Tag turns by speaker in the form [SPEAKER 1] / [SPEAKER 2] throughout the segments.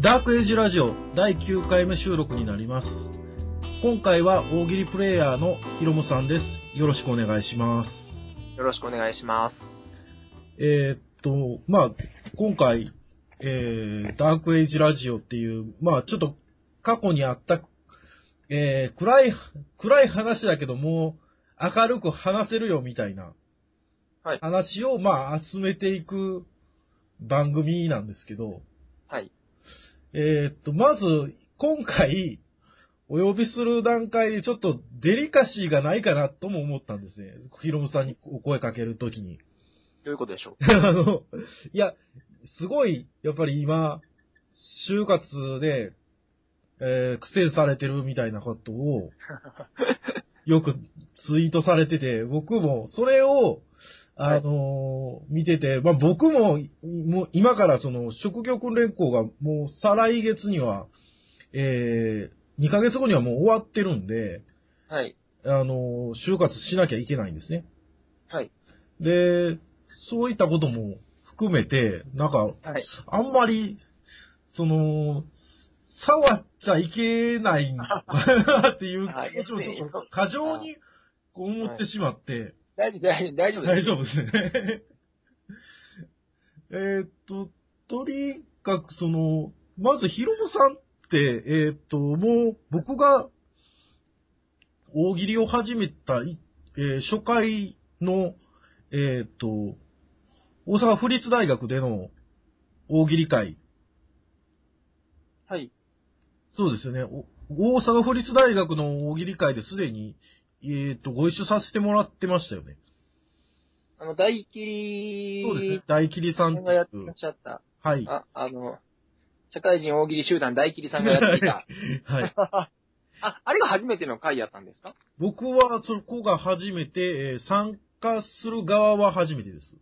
[SPEAKER 1] ダークエイジラジオ第9回目収録になります。今回は大喜利プレイヤーのヒロムさんです。よろしくお願いします。
[SPEAKER 2] よろしくお願いします。
[SPEAKER 1] えーっと、まあ、今回、えー、ダークエイジラジオっていう、まあ、ちょっと過去にあった、えー、暗い、暗い話だけどもう明るく話せるよみたいな、
[SPEAKER 2] はい
[SPEAKER 1] 話を、まあ、集めていく番組なんですけど、
[SPEAKER 2] はい。
[SPEAKER 1] えーっと、まず、今回、お呼びする段階でちょっとデリカシーがないかなとも思ったんですね。ヒロムさんにお声かけるときに。
[SPEAKER 2] どういうことでしょう
[SPEAKER 1] あの、いや、すごい、やっぱり今、就活で、えー苦戦されてるみたいなことを、よくツイートされてて、僕も、それを、あのー見てて、まあ、僕も、もう今からその、職業訓練校がもう再来月には、え2ヶ月後にはもう終わってるんで、
[SPEAKER 2] はい。
[SPEAKER 1] あの、就活しなきゃいけないんですね。
[SPEAKER 2] はい。
[SPEAKER 1] で、そういったことも含めて、なんか、
[SPEAKER 2] はい。
[SPEAKER 1] あんまり、その、触っちゃいけないんだなっていう気持ちもちょっと過剰に思ってしまって、
[SPEAKER 2] 大丈夫、大丈夫、大丈夫で
[SPEAKER 1] 大
[SPEAKER 2] す。
[SPEAKER 1] 丈夫ですね。 えーっと、とにかくその、まずヒロムさんって、えーっと、もう僕が大喜利を始めたい、えー初回の、えーっと、大阪府立大学での大喜利会、
[SPEAKER 2] はい。
[SPEAKER 1] そうですよね、お大阪府立大学の大喜利会ですでに、えーっと、ご一緒させてもらってましたよね。
[SPEAKER 2] あの、大切
[SPEAKER 1] そうですね
[SPEAKER 2] り、、
[SPEAKER 1] 大霧さ
[SPEAKER 2] さ
[SPEAKER 1] んっ
[SPEAKER 2] ん
[SPEAKER 1] て
[SPEAKER 2] が
[SPEAKER 1] い
[SPEAKER 2] やってら
[SPEAKER 1] う
[SPEAKER 2] っ、しゃった。
[SPEAKER 1] はい。
[SPEAKER 2] あ、あの、社会人大喜利集団大切りさんがやっていた。
[SPEAKER 1] はい。
[SPEAKER 2] あ、あれが初めての回やったんですか
[SPEAKER 1] 僕はそこが初めて、えー参加する側は初めてです。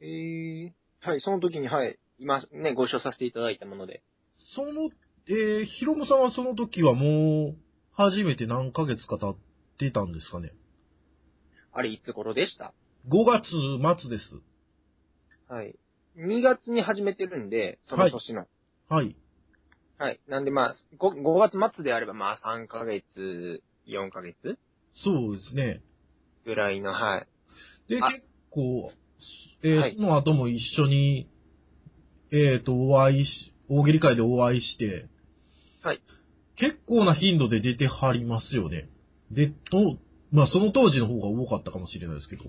[SPEAKER 2] ええはい、その時に、はい、今、ね、ご一緒させていただいたもので。
[SPEAKER 1] その、えー、ヒロムさんはその時はもう、初めて何ヶ月か経ってたんですかね。
[SPEAKER 2] あれ、いつ頃でした
[SPEAKER 1] 5月末です。
[SPEAKER 2] はい。2月に始めてるんで、その年の。はい
[SPEAKER 1] はい。
[SPEAKER 2] なんでまあ5、5月末であればまあ3ヶ月、4ヶ月
[SPEAKER 1] そうですね。
[SPEAKER 2] ぐらいの、はい。
[SPEAKER 1] で、
[SPEAKER 2] あ
[SPEAKER 1] 結構、えー
[SPEAKER 2] はい
[SPEAKER 1] その後も一緒に、えっ、と、お会いし、大喜利会でお会いして、
[SPEAKER 2] はい。
[SPEAKER 1] 結構な頻度で出てはりますよね。で、と、まあ、その当時の方が多かったかもしれないですけど。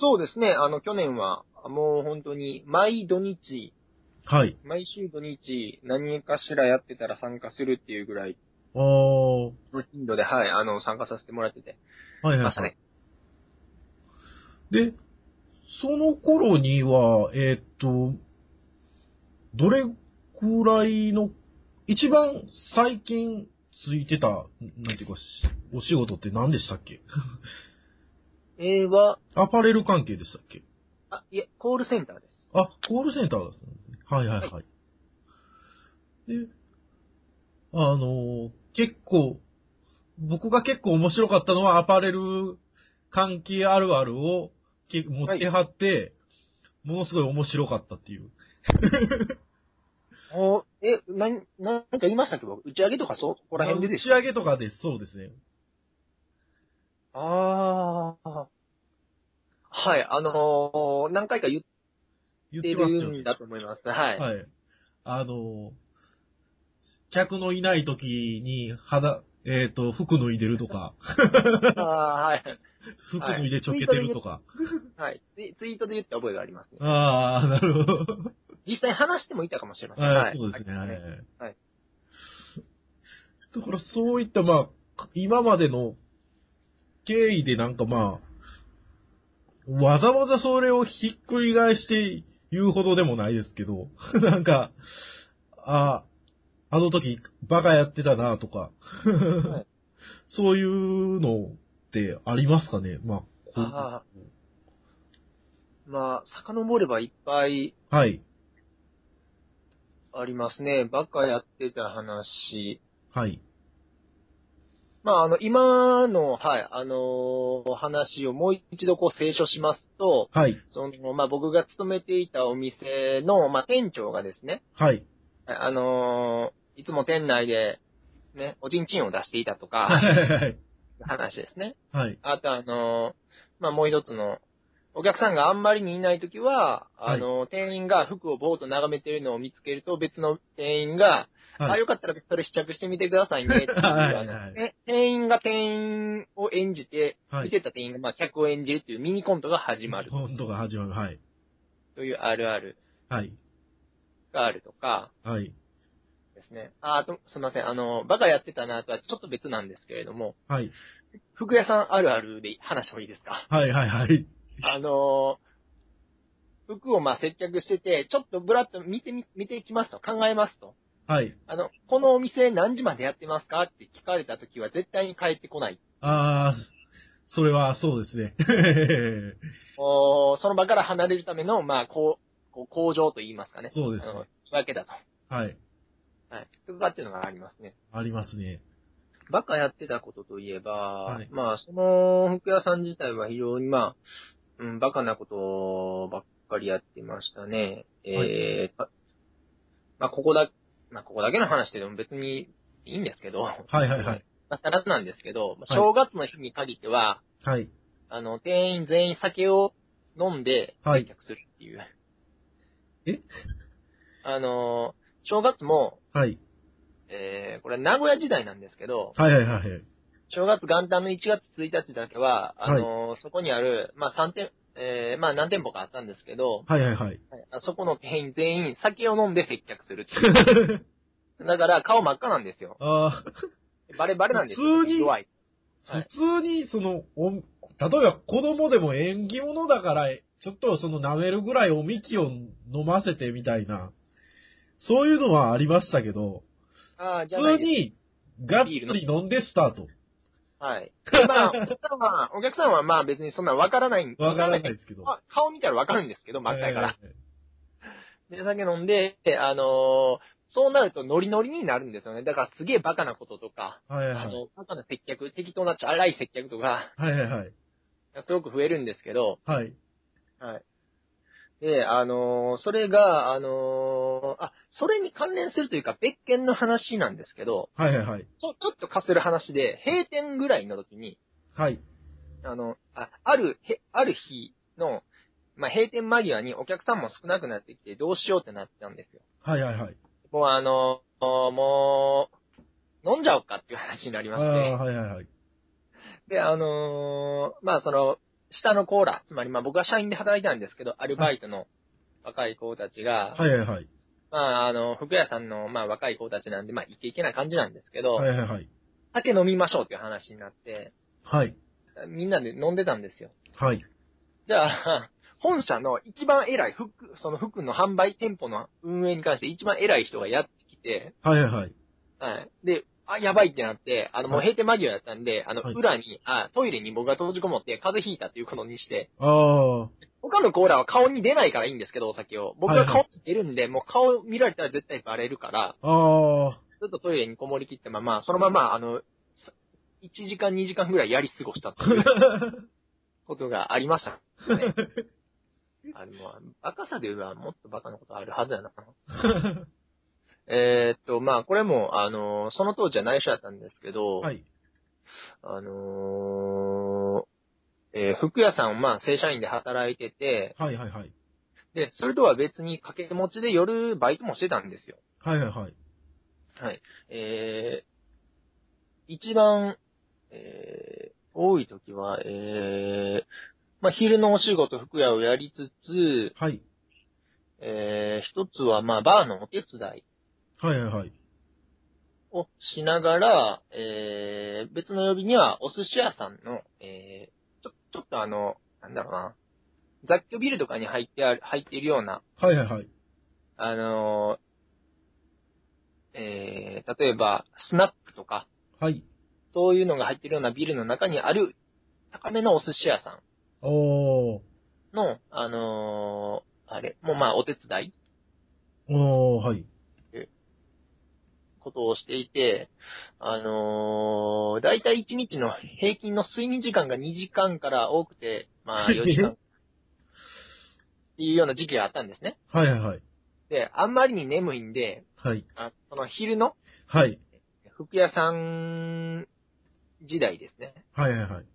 [SPEAKER 2] そうですね。あの、去年は、もう本当に、毎土日、
[SPEAKER 1] はい。
[SPEAKER 2] 毎週土日、何かしらやってたら参加するっていうぐらい
[SPEAKER 1] ああ、は
[SPEAKER 2] の頻度で、はい、あの、参加させてもらってて。
[SPEAKER 1] いはい、
[SPEAKER 2] ま
[SPEAKER 1] は
[SPEAKER 2] した
[SPEAKER 1] い
[SPEAKER 2] ね。。
[SPEAKER 1] で、その頃には、えーっと、どれくらいの、一番最近ついてた、なんていうか、しお仕事って何でしたっけ
[SPEAKER 2] えー、は、
[SPEAKER 1] アパレル関係でしたっけ
[SPEAKER 2] あ、いえ、コールセンターです。
[SPEAKER 1] あ、コールセンターですね。はいはいはい。で、あのー結構、僕が結構面白かったのはアパレル関係あるあるをけ持ってはって、ものすごい面白かったっていう。
[SPEAKER 2] おえ、なに、ななんか言いましたっけ僕打ち上げとかそこら辺で
[SPEAKER 1] 打
[SPEAKER 2] で
[SPEAKER 1] ち
[SPEAKER 2] す
[SPEAKER 1] 上げとかです、そうですね。
[SPEAKER 2] ああ。はい、あのー、何回か言っ
[SPEAKER 1] 言っててますよ
[SPEAKER 2] るん
[SPEAKER 1] ね。
[SPEAKER 2] だと思います。はい。
[SPEAKER 1] はい。あのー客のいない時に肌、えっ、と、服脱いでるとか、
[SPEAKER 2] あーはい。
[SPEAKER 1] 服脱いでちょけてるとか。
[SPEAKER 2] はいツイ。ツイートで言った覚えがありますね。
[SPEAKER 1] ああ、なるほ ど。
[SPEAKER 2] 実際話してもいたかもしれません。
[SPEAKER 1] はい、そうですね。はい。
[SPEAKER 2] はい
[SPEAKER 1] だからそういった、まあ、今までの経緯でなんかまあ、わざわざそれをひっくり返して言うほどでもないですけど、 なんか、あ、あの時バカやってたなとか、
[SPEAKER 2] はい
[SPEAKER 1] そういうのってありますかねまあこう
[SPEAKER 2] ああ。まあ、遡ればいっぱい
[SPEAKER 1] はい、
[SPEAKER 2] ありますね。バカやってた話。
[SPEAKER 1] はい、
[SPEAKER 2] まあ、あの、今の、はい、あのー話をもう一度こう、清書しますと、
[SPEAKER 1] はい。
[SPEAKER 2] その、まあ、僕が勤めていたお店の、まあ、店長がですね、
[SPEAKER 1] はい。
[SPEAKER 2] あのーいつも店内で、ね、おちんちんを出していたと
[SPEAKER 1] はい
[SPEAKER 2] か、
[SPEAKER 1] はいはい。
[SPEAKER 2] 話ですね。
[SPEAKER 1] はい。
[SPEAKER 2] あと、あのーまあ、もう一つの、お客さんがあんまりにいないときは、あのー店員が服をぼーっと眺めてるのを見つけると、別の店員が、
[SPEAKER 1] は
[SPEAKER 2] あ、
[SPEAKER 1] い。
[SPEAKER 2] よかったらそれ試着してみてください ねっていう。
[SPEAKER 1] はい
[SPEAKER 2] あの
[SPEAKER 1] はい
[SPEAKER 2] ね店員が店員を演じて、
[SPEAKER 1] は
[SPEAKER 2] 見
[SPEAKER 1] い。
[SPEAKER 2] てた店員がまあ客を演じるっていうミニコントが始まる
[SPEAKER 1] コントが始まる。はい。
[SPEAKER 2] というあるある
[SPEAKER 1] はい。
[SPEAKER 2] があるとか
[SPEAKER 1] はい。
[SPEAKER 2] ですね。あ、あと、すみません。あの、バカやってたなとはちょっと別なんですけれども、
[SPEAKER 1] はい。
[SPEAKER 2] 服屋さんあるあるで話してもいいですか
[SPEAKER 1] はいはいはい。
[SPEAKER 2] あのー服をまあ接客してて、ちょっとブラッと見てみ、見ていきますと、考えますと。
[SPEAKER 1] はい。
[SPEAKER 2] あの、このお店何時までやってますかって聞かれた時は絶対に帰ってこない。
[SPEAKER 1] あー、それはそうですね。
[SPEAKER 2] おーその場から離れるための、まあ、こう、こう向上と言いますかね。
[SPEAKER 1] そうです
[SPEAKER 2] あの
[SPEAKER 1] ね。
[SPEAKER 2] 言い訳だと。
[SPEAKER 1] はい。
[SPEAKER 2] はい。とかっていうのがありますね。
[SPEAKER 1] ありますね。
[SPEAKER 2] バカやってたことといえば、
[SPEAKER 1] はい
[SPEAKER 2] まあ、その服屋さん自体は非常に、まあ、うん、バカなことばっかりやってましたね。えー、まあ、ここだ、まあ、ここだけの話でも別にいいんですけど、
[SPEAKER 1] はいはいはい。
[SPEAKER 2] まあ、たらなんですけど、まあ
[SPEAKER 1] はい
[SPEAKER 2] 正月の日に限っては、
[SPEAKER 1] はい。
[SPEAKER 2] あの、店員全員酒を飲んで、
[SPEAKER 1] はい
[SPEAKER 2] 接客するっていう。
[SPEAKER 1] え
[SPEAKER 2] あの、正月も、
[SPEAKER 1] はい。
[SPEAKER 2] えー、これ名古屋時代なんですけど、
[SPEAKER 1] はいはいはいはい。
[SPEAKER 2] 正月元旦の1月1日だけは、あの、そこにある、まあ、3店、えー、まあ、何店舗かあったんですけど、
[SPEAKER 1] はいはいはい。
[SPEAKER 2] あそこの店員全員酒を飲んで接客するっていう。 だから顔真っ赤なんですよ。
[SPEAKER 1] あ
[SPEAKER 2] バレバレなんですよ。
[SPEAKER 1] 普通に
[SPEAKER 2] 弱い。
[SPEAKER 1] ー
[SPEAKER 2] はい
[SPEAKER 1] 普通に、その、お、例えば子供でも縁起物だから、ちょっとその舐めるぐらいおみきを飲ませてみたいな、そういうのはありましたけど、
[SPEAKER 2] ああ、じゃ
[SPEAKER 1] 普
[SPEAKER 2] ない
[SPEAKER 1] 通
[SPEAKER 2] です。
[SPEAKER 1] に、がっつり飲んでスタート。
[SPEAKER 2] はい。でまあ、お客さんは、お客さんはまあ別にそんなわからないん
[SPEAKER 1] わからないですけど。
[SPEAKER 2] あ顔見たらわかるんですけど、真っ赤やから。
[SPEAKER 1] えー
[SPEAKER 2] で、酒飲んで、であのーそうなるとノリノリになるんですよね。だからすげえバカなこととか、
[SPEAKER 1] はいはい
[SPEAKER 2] あの、バカな接客、適当なチャラい接客とか、
[SPEAKER 1] はい。はいはいはい。
[SPEAKER 2] すごく増えるんですけど、
[SPEAKER 1] はい。
[SPEAKER 2] はい。で、あのーそれが、あのーあ、それに関連するというか別件の話なんですけど、
[SPEAKER 1] はいはいはい。
[SPEAKER 2] ちょちょっとかする話で、閉店ぐらいの時に、
[SPEAKER 1] はい。
[SPEAKER 2] あの、あある、へある日の、まあ、閉店間際にお客さんも少なくなってきて、どうしようってなったんですよ。
[SPEAKER 1] はいはいはい。
[SPEAKER 2] もうあの、もう、飲んじゃおうかっていう話になり
[SPEAKER 1] あ
[SPEAKER 2] ま
[SPEAKER 1] あ
[SPEAKER 2] して。
[SPEAKER 1] はいはいはい。
[SPEAKER 2] で、あのーまあその、下のコーラ、つまりまあ僕は社員で働いたんですけど、アルバイトの若い子たちが、
[SPEAKER 1] はいはいはい。
[SPEAKER 2] まああの、服屋さんのまあ若い子たちなんで、まあイケイケな感じなんですけど、
[SPEAKER 1] はいはいはい。
[SPEAKER 2] 酒飲みましょうっていう話になって、
[SPEAKER 1] はい。
[SPEAKER 2] みんなで飲んでたんですよ。
[SPEAKER 1] はい。
[SPEAKER 2] じゃあ、 本社の一番偉い服、その服の販売店舗の運営に関して一番偉い人がやってきて、
[SPEAKER 1] はいはいはい。
[SPEAKER 2] はい。で、あ、やばいってなって、あの、もう閉店間際やったんで、あの、
[SPEAKER 1] はい
[SPEAKER 2] 裏に、あ、トイレに僕が閉じこもって風邪ひいたっていうことにして、
[SPEAKER 1] あ
[SPEAKER 2] 他のコーラは顔に出ないからいいんですけど、お酒を。僕
[SPEAKER 1] は
[SPEAKER 2] が
[SPEAKER 1] いは
[SPEAKER 2] 顔
[SPEAKER 1] い
[SPEAKER 2] に出るんで、もう顔見られたら絶対バレるから、
[SPEAKER 1] あ、ああ、
[SPEAKER 2] ずっとトイレにこもりきったまま、そのまま、あの、さ1時間2時間ぐらいやり過ごしたっていう ことがありました、ね。あの、バカさで言えばもっとバカなことあるはずやな。えーっと、まあ、これも、あの、その当時は内緒だったんですけど、
[SPEAKER 1] はい。
[SPEAKER 2] あのーえー服屋さんをまあ正社員で働いてて、
[SPEAKER 1] はいはいはい。
[SPEAKER 2] で、それとは別に掛け持ちで夜バイトもしてたんですよ。
[SPEAKER 1] はいはいはい。
[SPEAKER 2] はい。えー、一番、えー、多い時は、えー、まあ昼のお仕事服屋をやりつつ、
[SPEAKER 1] はい。
[SPEAKER 2] えー、一つはまあバーのお手伝い
[SPEAKER 1] はいはいはい。
[SPEAKER 2] をしながら、えー、別の曜日にはお寿司屋さんの、えー、ちょ、ちょっとあの、なんだろうな、雑居ビルとかに入ってある、入っているような、
[SPEAKER 1] はいはいはい。
[SPEAKER 2] あのー、えー、例えば、スナックとか、
[SPEAKER 1] はい。
[SPEAKER 2] そういうのが入っているようなビルの中にある、高めのお寿司屋さ
[SPEAKER 1] おー。
[SPEAKER 2] んの、あのー、あれ、もうまあお手伝い
[SPEAKER 1] おー、はい。
[SPEAKER 2] こことをしていて、あのー、だいたい1日の平均の睡眠時間が2時間から多くて、まあ4時間。っていうような時期があったんですね。
[SPEAKER 1] はいはいはい。
[SPEAKER 2] で、あんまりに眠いんで、
[SPEAKER 1] はい。
[SPEAKER 2] あその昼の
[SPEAKER 1] はい。
[SPEAKER 2] 服屋さん時代ですね。
[SPEAKER 1] はいはいはい。
[SPEAKER 2] はい。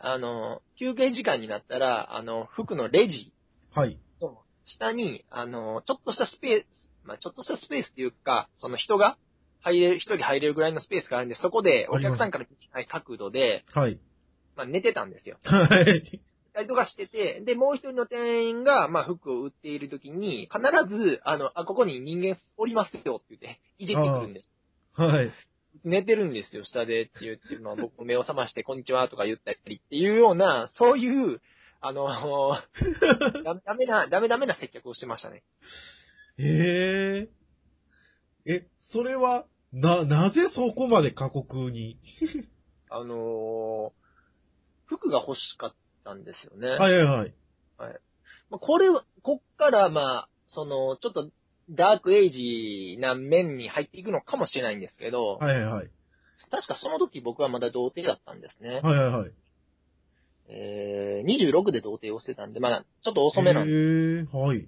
[SPEAKER 2] あの、休憩時間になったら、あの、服のレジ
[SPEAKER 1] はい。
[SPEAKER 2] の下に、あの、ちょっとしたスペース、まあ、ちょっとしたスペースっていうか、その人が入れる、一人入れるぐらいのスペースがあるんで、そこでお客さんから見えない角度で、
[SPEAKER 1] はい。
[SPEAKER 2] まあ、寝てたんですよ。
[SPEAKER 1] はい。
[SPEAKER 2] 二人とかしてて、で、もう一人の店員が、まあ、服を売っている時に、必ず、あの、あ、ここに人間おりますよって言って、いじってくるんです。
[SPEAKER 1] はい。
[SPEAKER 2] 寝てるんですよ、下でって言って、まあ、僕も目を覚まして、こんにちはとか言ったりっていうような、そういう、あ の、ダメダメな、ダメダメな接客をしてましたね。
[SPEAKER 1] ええ。え、それは、な、なぜそこまで過酷に
[SPEAKER 2] あの服が欲しかったんですよね。
[SPEAKER 1] はいはいはい。
[SPEAKER 2] まあこれは、こっから、まあ、その、ちょっと、ダークエイジな面に入っていくのかもしれないんですけど、
[SPEAKER 1] はいはいはい。
[SPEAKER 2] 確かその時僕はまだ童貞だったんですね。
[SPEAKER 1] はいはいはい。
[SPEAKER 2] えー、26で童貞をしてたんで、まあ、ちょっと遅めなんで
[SPEAKER 1] ええ、はい。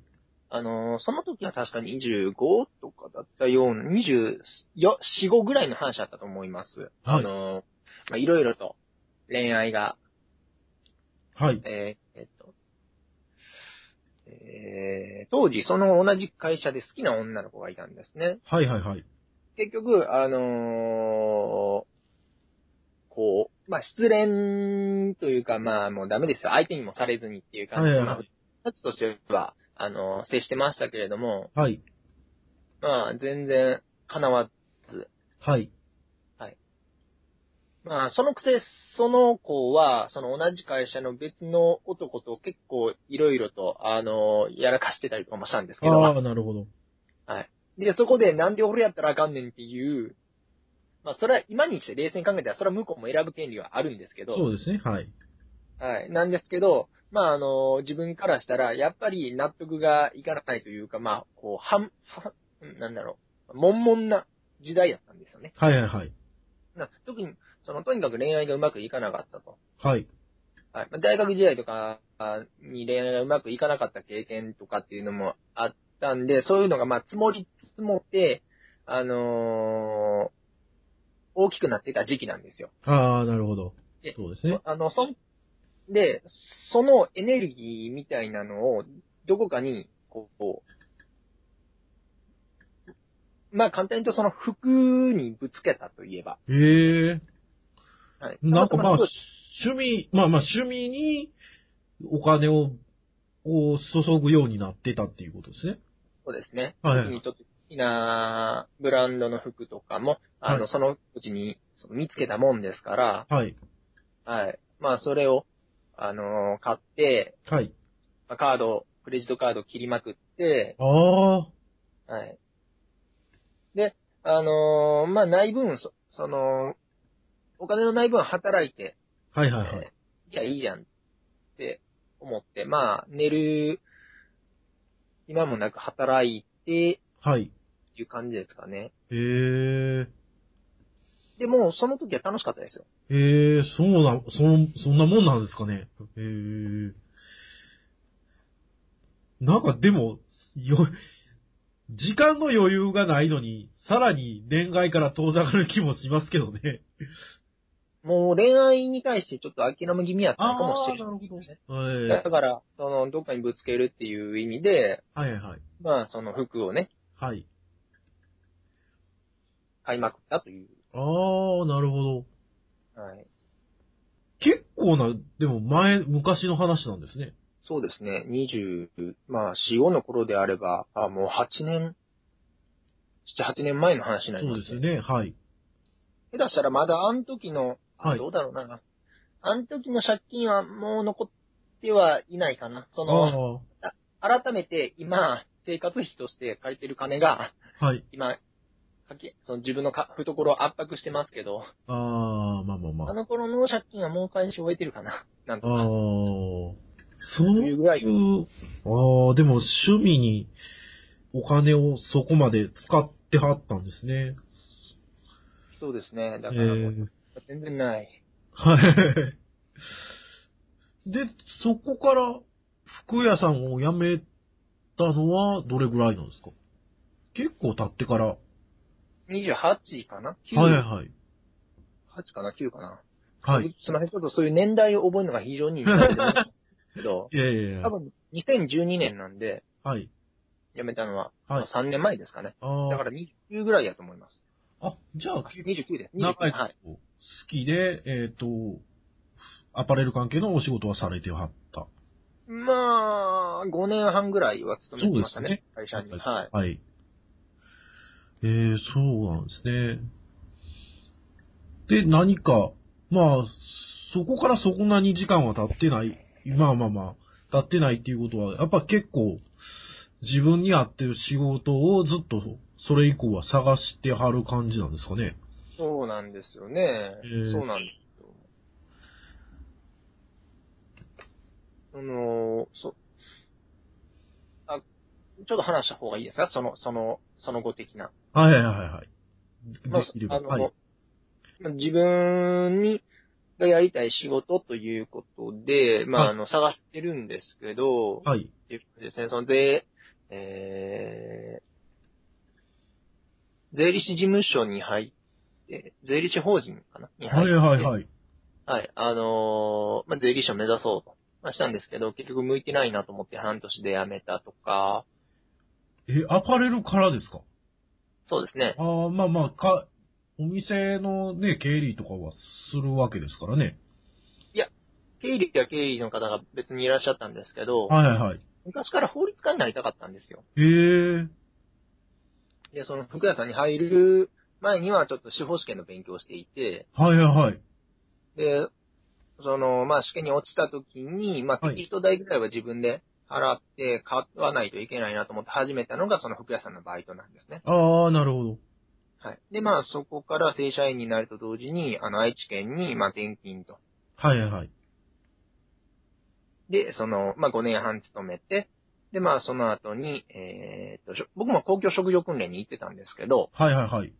[SPEAKER 2] あのーその時は確か25とかだったような、24、5ぐらいの話だったと思います。あのーまあ、いろいろと恋愛が、
[SPEAKER 1] はい。
[SPEAKER 2] えーえっと、えー当時その同じ会社で好きな女の子がいたんですね。
[SPEAKER 1] はいはいはい。
[SPEAKER 2] 結局、あのーこう、まあ、失恋というか、まあ、もうダメですよ。相手にもされずにっていう感
[SPEAKER 1] は
[SPEAKER 2] じ
[SPEAKER 1] い
[SPEAKER 2] で、
[SPEAKER 1] はい
[SPEAKER 2] まあ、二つとしては、あのー接してましたけれども、
[SPEAKER 1] はい。
[SPEAKER 2] まあ、全然、叶わ、
[SPEAKER 1] はい。
[SPEAKER 2] まあ、そのくせ、その子は、その同じ会社の別の男と結構いろいろと、あの、やらかしてたりとかもしたんですけ
[SPEAKER 1] あ
[SPEAKER 2] ど、
[SPEAKER 1] あ、なるほど。
[SPEAKER 2] で、そこでなんで俺やったらあかんねんっていう、まあ、それは今にして冷静に考えたら、それは向こうも選ぶ権利はあるんですけ
[SPEAKER 1] そ
[SPEAKER 2] ど、
[SPEAKER 1] うですね。はい。
[SPEAKER 2] はい、なんですけど、まあ、あの、自分からしたら、やっぱり納得がいかないというか、まあ、こう、はん、はん、なんだろう、悶々な時代だったんですよね。
[SPEAKER 1] はいはいはい。
[SPEAKER 2] な特に、その、とにかく恋愛がうまくいかなかったと。
[SPEAKER 1] はい。
[SPEAKER 2] はい。まあ大学時代とかに恋愛がうまくいかなかった経験とかっていうのもあったんで、そういうのがまあ積もり積もって、あのー大きくなってた時期なんですよ。
[SPEAKER 1] ああ、なるほど
[SPEAKER 2] え。
[SPEAKER 1] そうですね。
[SPEAKER 2] あの、そん、で、そのエネルギーみたいなのを、どこかに、こう、まあ簡単に言うとその服にぶつけたといえば。
[SPEAKER 1] ええ。
[SPEAKER 2] はい。
[SPEAKER 1] なんか
[SPEAKER 2] たま
[SPEAKER 1] まあ
[SPEAKER 2] たま、
[SPEAKER 1] 趣味、まあまあ趣味にお金を、を注ぐようになってたっていうことですね。
[SPEAKER 2] そうですね。
[SPEAKER 1] はい
[SPEAKER 2] 僕にとって好きなブランドの服とかも、あの、
[SPEAKER 1] はい
[SPEAKER 2] そのうちにその見つけたもんですから、
[SPEAKER 1] はい。
[SPEAKER 2] はい。まあ、それを、あのー買って、
[SPEAKER 1] はい。
[SPEAKER 2] まあカード、クレジットカード切りまくって、
[SPEAKER 1] あ
[SPEAKER 2] はい。で、あのーまあ、内分、そその、お金のない分働いて、
[SPEAKER 1] あ。はいはいはい。
[SPEAKER 2] いや、いいじゃんって思って、まあ、寝る、今もなく働いて、
[SPEAKER 1] はい。
[SPEAKER 2] っていう感じですかね。
[SPEAKER 1] ええ。
[SPEAKER 2] でも、その時は楽しかったですよ。
[SPEAKER 1] ええ、そうな、そん、そんなもんなんですかね。ええなんかでも、よ、時間の余裕がないのに、さらに恋愛から遠ざかる気もしますけどね。
[SPEAKER 2] もう恋愛に対してちょっと諦め気味やった
[SPEAKER 1] あ
[SPEAKER 2] の
[SPEAKER 1] あ
[SPEAKER 2] かもしれない。
[SPEAKER 1] ー、なるほど。え
[SPEAKER 2] だから、その、どっかにぶつけるっていう意味で、
[SPEAKER 1] えはいはい。
[SPEAKER 2] まあ、その服をね、
[SPEAKER 1] はい。
[SPEAKER 2] 買いまくったという。
[SPEAKER 1] ああ、なるほど。
[SPEAKER 2] はい。
[SPEAKER 1] 結構な、でも前、昔の話なんですね。
[SPEAKER 2] そうですね、20、まあ、4、5の頃であれば、あもう8年、7、8年前の話になり
[SPEAKER 1] そ
[SPEAKER 2] ま
[SPEAKER 1] う
[SPEAKER 2] す、
[SPEAKER 1] ですよね。はい。
[SPEAKER 2] 下手したらまだあの時の、あ
[SPEAKER 1] はい
[SPEAKER 2] どうだろうな。あの時の借金はもう残ってはいないかな。その、
[SPEAKER 1] あ
[SPEAKER 2] 改めて今、生活費として借りてる金が、
[SPEAKER 1] あ、はい。
[SPEAKER 2] 今、かけ、その自分のか懐を圧迫してますけど、
[SPEAKER 1] ああ、まあまあま
[SPEAKER 2] あ
[SPEAKER 1] あ。あ
[SPEAKER 2] の頃の借金はもう返し終えてるかな。なんと
[SPEAKER 1] あ
[SPEAKER 2] か。
[SPEAKER 1] ー、そう
[SPEAKER 2] と
[SPEAKER 1] い
[SPEAKER 2] いう
[SPEAKER 1] う、
[SPEAKER 2] ぐら
[SPEAKER 1] あ
[SPEAKER 2] い。
[SPEAKER 1] あ、でも趣味にお金をそこまで使ってはったんですね。
[SPEAKER 2] そうですね。だ
[SPEAKER 1] え
[SPEAKER 2] からもう、
[SPEAKER 1] ー
[SPEAKER 2] 全然ない。
[SPEAKER 1] はい。 で、そこから服屋さんを辞めたのはどれぐらいなんですか結構経ってから。は
[SPEAKER 2] 28かない ?9、
[SPEAKER 1] はい。
[SPEAKER 2] 8かな ?9 かな、
[SPEAKER 1] はい。
[SPEAKER 2] すみません。ちょっとそういう年代を覚えるのが非常に苦手なんです
[SPEAKER 1] 、
[SPEAKER 2] けど
[SPEAKER 1] いやいやい
[SPEAKER 2] 多
[SPEAKER 1] や。
[SPEAKER 2] 分2012年なんで、
[SPEAKER 1] はい。
[SPEAKER 2] 辞めたのは、
[SPEAKER 1] はい
[SPEAKER 2] 3年前ですかね。
[SPEAKER 1] あ
[SPEAKER 2] だから29ぐらいやと思います。
[SPEAKER 1] あ。あ、じゃあ
[SPEAKER 2] あ、29です。29
[SPEAKER 1] 長い
[SPEAKER 2] はい。
[SPEAKER 1] こと好きで、えっ、と、アパレル関係のお仕事はされてはった。
[SPEAKER 2] まあ、5年半ぐらいは勤めてましたね、会社に。はい。
[SPEAKER 1] はい。えー、そうなんですね。で、何か、まあ、そこからそんなに時間は経ってない、まあまあまあ、経ってないっていうことは、やっぱ結構、自分に合ってる仕事をずっと、それ以降は探してはる感じなんですかね。
[SPEAKER 2] そうなんですよね。
[SPEAKER 1] えー
[SPEAKER 2] そうなんですよ。その、そ、あ、ちょっと話した方がいいですかその、その、その後的な。
[SPEAKER 1] はいはいはいはい。
[SPEAKER 2] まあ
[SPEAKER 1] できれば。
[SPEAKER 2] あの、
[SPEAKER 1] はい。
[SPEAKER 2] まあ自分に、がやりたい仕事ということで、ま
[SPEAKER 1] は
[SPEAKER 2] あ、
[SPEAKER 1] い
[SPEAKER 2] あの、探してるんですけど、
[SPEAKER 1] はい。
[SPEAKER 2] っていうことですね。その税、えー、税理士事務所に入って、税理士法人かなに入
[SPEAKER 1] は
[SPEAKER 2] っ
[SPEAKER 1] い
[SPEAKER 2] て、
[SPEAKER 1] はい
[SPEAKER 2] い。
[SPEAKER 1] はい。
[SPEAKER 2] はい。あのーまあ、税理士を目指そうと、まあ、したんですけど、結局向いてないなと思って半年で辞めたとか、
[SPEAKER 1] え、アパレルからですか
[SPEAKER 2] そうですね。
[SPEAKER 1] ああ、まあまあ、か、お店のね、経理とかはするわけですからね。
[SPEAKER 2] 経理や経理の方が別にいらっしゃったんですけど、
[SPEAKER 1] はいはいはい。
[SPEAKER 2] 昔から法律家になりたかったんですよ。
[SPEAKER 1] ええ
[SPEAKER 2] で、その服屋さんに入る前にはちょっと司法試験の勉強をしていて、
[SPEAKER 1] はいはいはい。
[SPEAKER 2] で、その、まあ、試験に落ちた時に、まあ、
[SPEAKER 1] はい
[SPEAKER 2] テキスト代ぐらいは自分で払って買わないといけないなと思って始めたのが、その服屋さんのバイトなんですね。
[SPEAKER 1] ああ、なるほど。
[SPEAKER 2] はい。で、まあ、そこから正社員になると同時に、あの、愛知県に、まあ、転勤と。
[SPEAKER 1] はいはいはい。
[SPEAKER 2] で、その、まあ、5年半勤めて、で、まあ、その後に、えーっと、しょ僕も公共職業訓練に行ってたんですけど、
[SPEAKER 1] はいはいはい。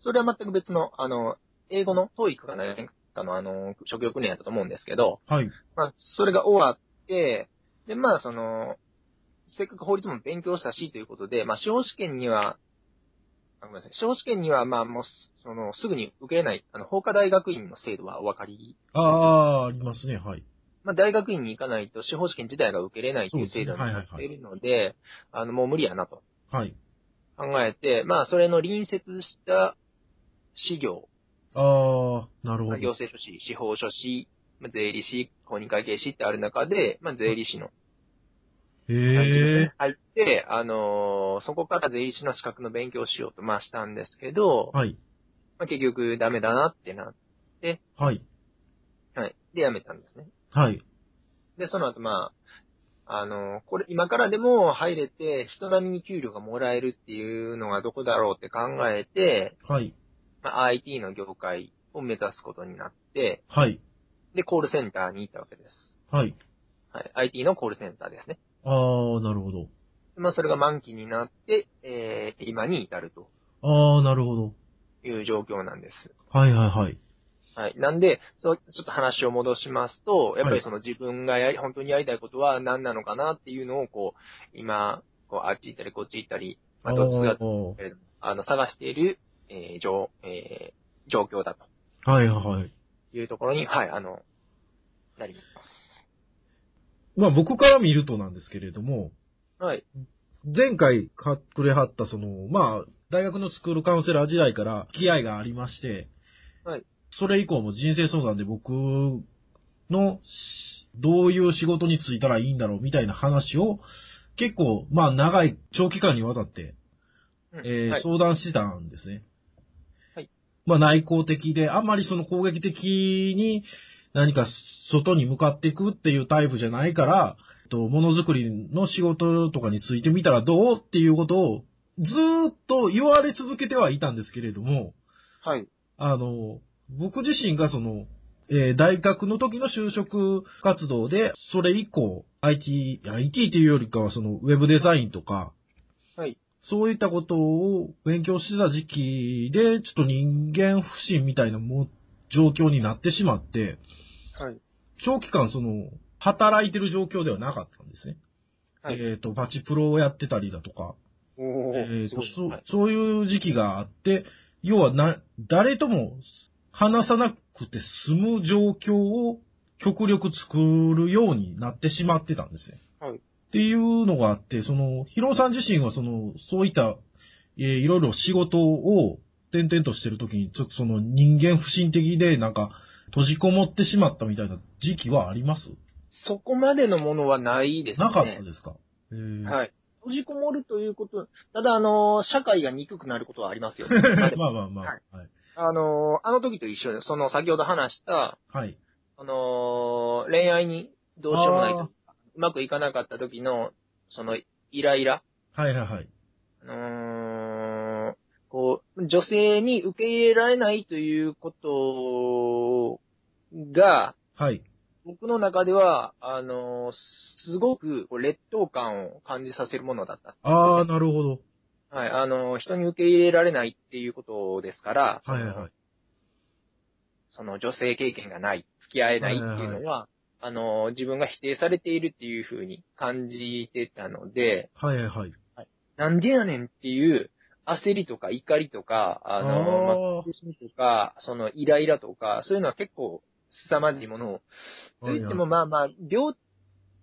[SPEAKER 2] それは全く別の、あの、英語の TOEIC か何かの、あの、職業訓練やったと思うんですけど、
[SPEAKER 1] はい。
[SPEAKER 2] まあ、それが終わって、で、まあ、その、せっかく法律も勉強したしということで、まあ、司法試験には、あごめんなさい、司法試験には、まあ、もう、その、すぐに受けれない、あの、法科大学院の制度はお分かり、
[SPEAKER 1] ああ、ありますね。はい。
[SPEAKER 2] まあ、大学院に行かないと司法試験自体が受けれないという制度になっているので、あの、もう無理やなと
[SPEAKER 1] はい。
[SPEAKER 2] 考えて、まあ、それの隣接した資業、
[SPEAKER 1] ああ、なるほ
[SPEAKER 2] まあ行
[SPEAKER 1] ど。
[SPEAKER 2] 政書士、司法書士、まあ税理士、公認会計士ってある中で、まあ、税理士の
[SPEAKER 1] ええ
[SPEAKER 2] 入って、あのーそこから税理士の資格の勉強をしようと、まあしたんですけど、
[SPEAKER 1] はい。
[SPEAKER 2] まあ、結局ダメだなってな、
[SPEAKER 1] はい。
[SPEAKER 2] はい。で、やめたんですね。
[SPEAKER 1] はい。
[SPEAKER 2] で、その後、まあ、あのーこれ、今からでも入れて、人並みに給料がもらえるっていうのがどこだろうって考えて、
[SPEAKER 1] はい。
[SPEAKER 2] まあ、IT の業界を目指すことになって、
[SPEAKER 1] はい。
[SPEAKER 2] で、コールセンターに行ったわけです。
[SPEAKER 1] はい。
[SPEAKER 2] はい。IT のコールセンターですね。
[SPEAKER 1] ああ、なるほど。
[SPEAKER 2] まあ、それが満期になって、えー、今に至ると
[SPEAKER 1] ああ、なるほど。
[SPEAKER 2] いう状況なんです。
[SPEAKER 1] はいはいはい。
[SPEAKER 2] はい。なんで、そう、ちょっと話を戻しますと、やっぱ
[SPEAKER 1] はい
[SPEAKER 2] りその自分がやり、本当にやりたいことは何なのかなっていうのを、こう、今、こう、あっち行ったり、こっち行ったり、まあ、どっちが、
[SPEAKER 1] あ
[SPEAKER 2] あの、探している、えー、状、えー、状況だと
[SPEAKER 1] あはいはい。
[SPEAKER 2] いうところに、はい、あの、なります。
[SPEAKER 1] まあ僕から見るとなんですけれども、
[SPEAKER 2] はい。
[SPEAKER 1] 前回買ってくれはった、その、まあ、大学のスクールカウンセラー時代から付き合いがありまして、
[SPEAKER 2] はい。
[SPEAKER 1] それ以降も人生相談で僕のし、どういう仕事に就いたらいいんだろうみたいな話を、結構、まあ、長い、長期間にわたって、
[SPEAKER 2] うん
[SPEAKER 1] えー
[SPEAKER 2] はい。
[SPEAKER 1] 相談してたんですね。
[SPEAKER 2] はい。
[SPEAKER 1] まあ、内向的で、あんまりその攻撃的に何か外に向かっていくっていうタイプじゃないから、えっと、ものづくりの仕事とかについてみたらどうっていうことをずーっと言われ続けてはいたんですけれども、
[SPEAKER 2] はい。
[SPEAKER 1] あの、僕自身がその、えー大学の時の就職活動で、それ以降、IT、いや IT っていうよりかはその、ウェブデザインとか、
[SPEAKER 2] はい
[SPEAKER 1] そういったことを勉強してた時期で、ちょっと人間不信みたいなも状況になってしまって、
[SPEAKER 2] はい。
[SPEAKER 1] 長期間その、働いてる状況ではなかったんですね。
[SPEAKER 2] はい
[SPEAKER 1] えっ、と、バチプロをやってたりだとか、
[SPEAKER 2] お
[SPEAKER 1] え
[SPEAKER 2] ー、
[SPEAKER 1] ー
[SPEAKER 2] す
[SPEAKER 1] と
[SPEAKER 2] ごい。
[SPEAKER 1] そう
[SPEAKER 2] はい
[SPEAKER 1] そういう時期があって、要はな、誰とも話さなくて済む状況を極力作るようになってしまってたんですね。
[SPEAKER 2] はい
[SPEAKER 1] っていうのがあって、その、ヒロさん自身はその、そういった、えーいろいろ仕事を転々としてる時に、ちょっとその人間不信的で、なんか、閉じこもってしまったみたいな時期はあります
[SPEAKER 2] そこまでのものはないですね。
[SPEAKER 1] なかったですか、えー
[SPEAKER 2] はい。閉じこもるということ、ただ、あのー、社会が憎くなることはありますよ。まあでも
[SPEAKER 1] まあまあまあ。
[SPEAKER 2] はい
[SPEAKER 1] はい。
[SPEAKER 2] あのー、あの時と一緒で、その先ほど話した、
[SPEAKER 1] はい。
[SPEAKER 2] あのー、恋愛にどうしようもない
[SPEAKER 1] あー
[SPEAKER 2] と、うまくいかなかった時の、その、イライラ、
[SPEAKER 1] はいはいはい。
[SPEAKER 2] あのー、こう、女性に受け入れられないということが、
[SPEAKER 1] はい。
[SPEAKER 2] 僕の中では、あのー、すごくこう劣等感を感じさせるものだった。
[SPEAKER 1] ああ、なるほど。
[SPEAKER 2] はい、あの、人に受け入れられないっていうことですから、
[SPEAKER 1] はいはいはい。
[SPEAKER 2] その女性経験がない、付き合えないっていうのは、
[SPEAKER 1] はいはい
[SPEAKER 2] あの、自分が否定されているっていうふうに感じてたので、
[SPEAKER 1] はいはいはい。
[SPEAKER 2] なんでやねんっていう焦りとか怒りとか、あの、まあ
[SPEAKER 1] あ
[SPEAKER 2] 苦しみとか、そのイライラとか、そういうのは結構凄まじいものを、
[SPEAKER 1] ー
[SPEAKER 2] といっても
[SPEAKER 1] はい
[SPEAKER 2] まあまあ、病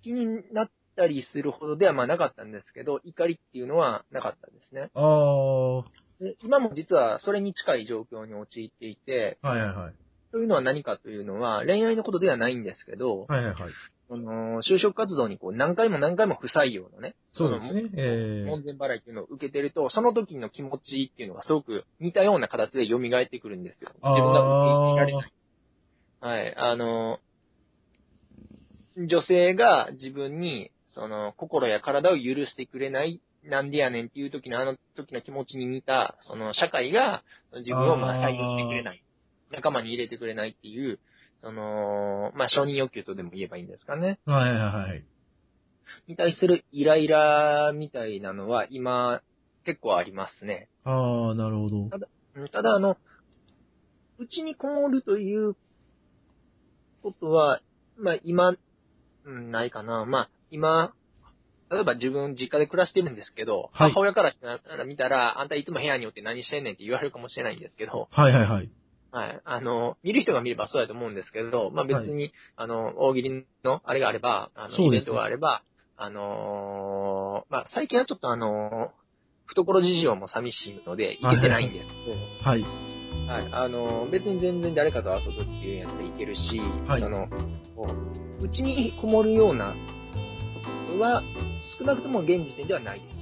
[SPEAKER 2] 気になったりするほどではまあなかったんですけど、怒りっていうのはなかったですね。
[SPEAKER 1] はいああ、は
[SPEAKER 2] で今も実はそれに近い状況に陥っていて、
[SPEAKER 1] いはいはい。
[SPEAKER 2] というのは何かというのは、恋愛のことではないんですけど、
[SPEAKER 1] はいはいはい。
[SPEAKER 2] その就職活動にこう何回も何回も不採用のね、
[SPEAKER 1] そうですね。
[SPEAKER 2] そ
[SPEAKER 1] え
[SPEAKER 2] の門前払いっていうのを受けてると、その時の気持ちっていうのがすごく似たような形で蘇ってくるんですよ。
[SPEAKER 1] ー。
[SPEAKER 2] 自分が受け入れられ
[SPEAKER 1] あ
[SPEAKER 2] ない。はい。あの、女性が自分に、その、心や体を許してくれない、なんでやねんっていう時のあの時の気持ちに似た、その、社会が自分をまあ
[SPEAKER 1] あー
[SPEAKER 2] 採用してくれない。仲間に入れてくれないっていう、その、まあ、承認欲求とでも言えばいいんですかね。
[SPEAKER 1] ーはいはいはい。
[SPEAKER 2] に対するイライラみたいなのは今、結構ありますね。
[SPEAKER 1] ああ、なるほど。
[SPEAKER 2] うんただ、あの、うちにこもるということは、まあ今、うん、ないかな。まあ今、例えば自分実家で暮らしてるんですけど、
[SPEAKER 1] はい
[SPEAKER 2] 母親からしたら見たら、あんたいつも部屋におって何してんねんって言われるかもしれないんですけど、
[SPEAKER 1] はいはいはい。
[SPEAKER 2] はい。あの、見る人が見ればそうだと思うんですけど、まあ別に、あの、大喜利のあれがあれば、あの、
[SPEAKER 1] そう
[SPEAKER 2] イ
[SPEAKER 1] ですね
[SPEAKER 2] ベントがあれば、あのーまあ最近はちょっとあの懐事情も寂しいので、行けてないんですけど、
[SPEAKER 1] はい。
[SPEAKER 2] はい、あの、別に全然誰かと遊ぶっていうんやったらいけるし、
[SPEAKER 1] はい
[SPEAKER 2] その、こううちにこもるようなことは、少なくとも現時点ではないです。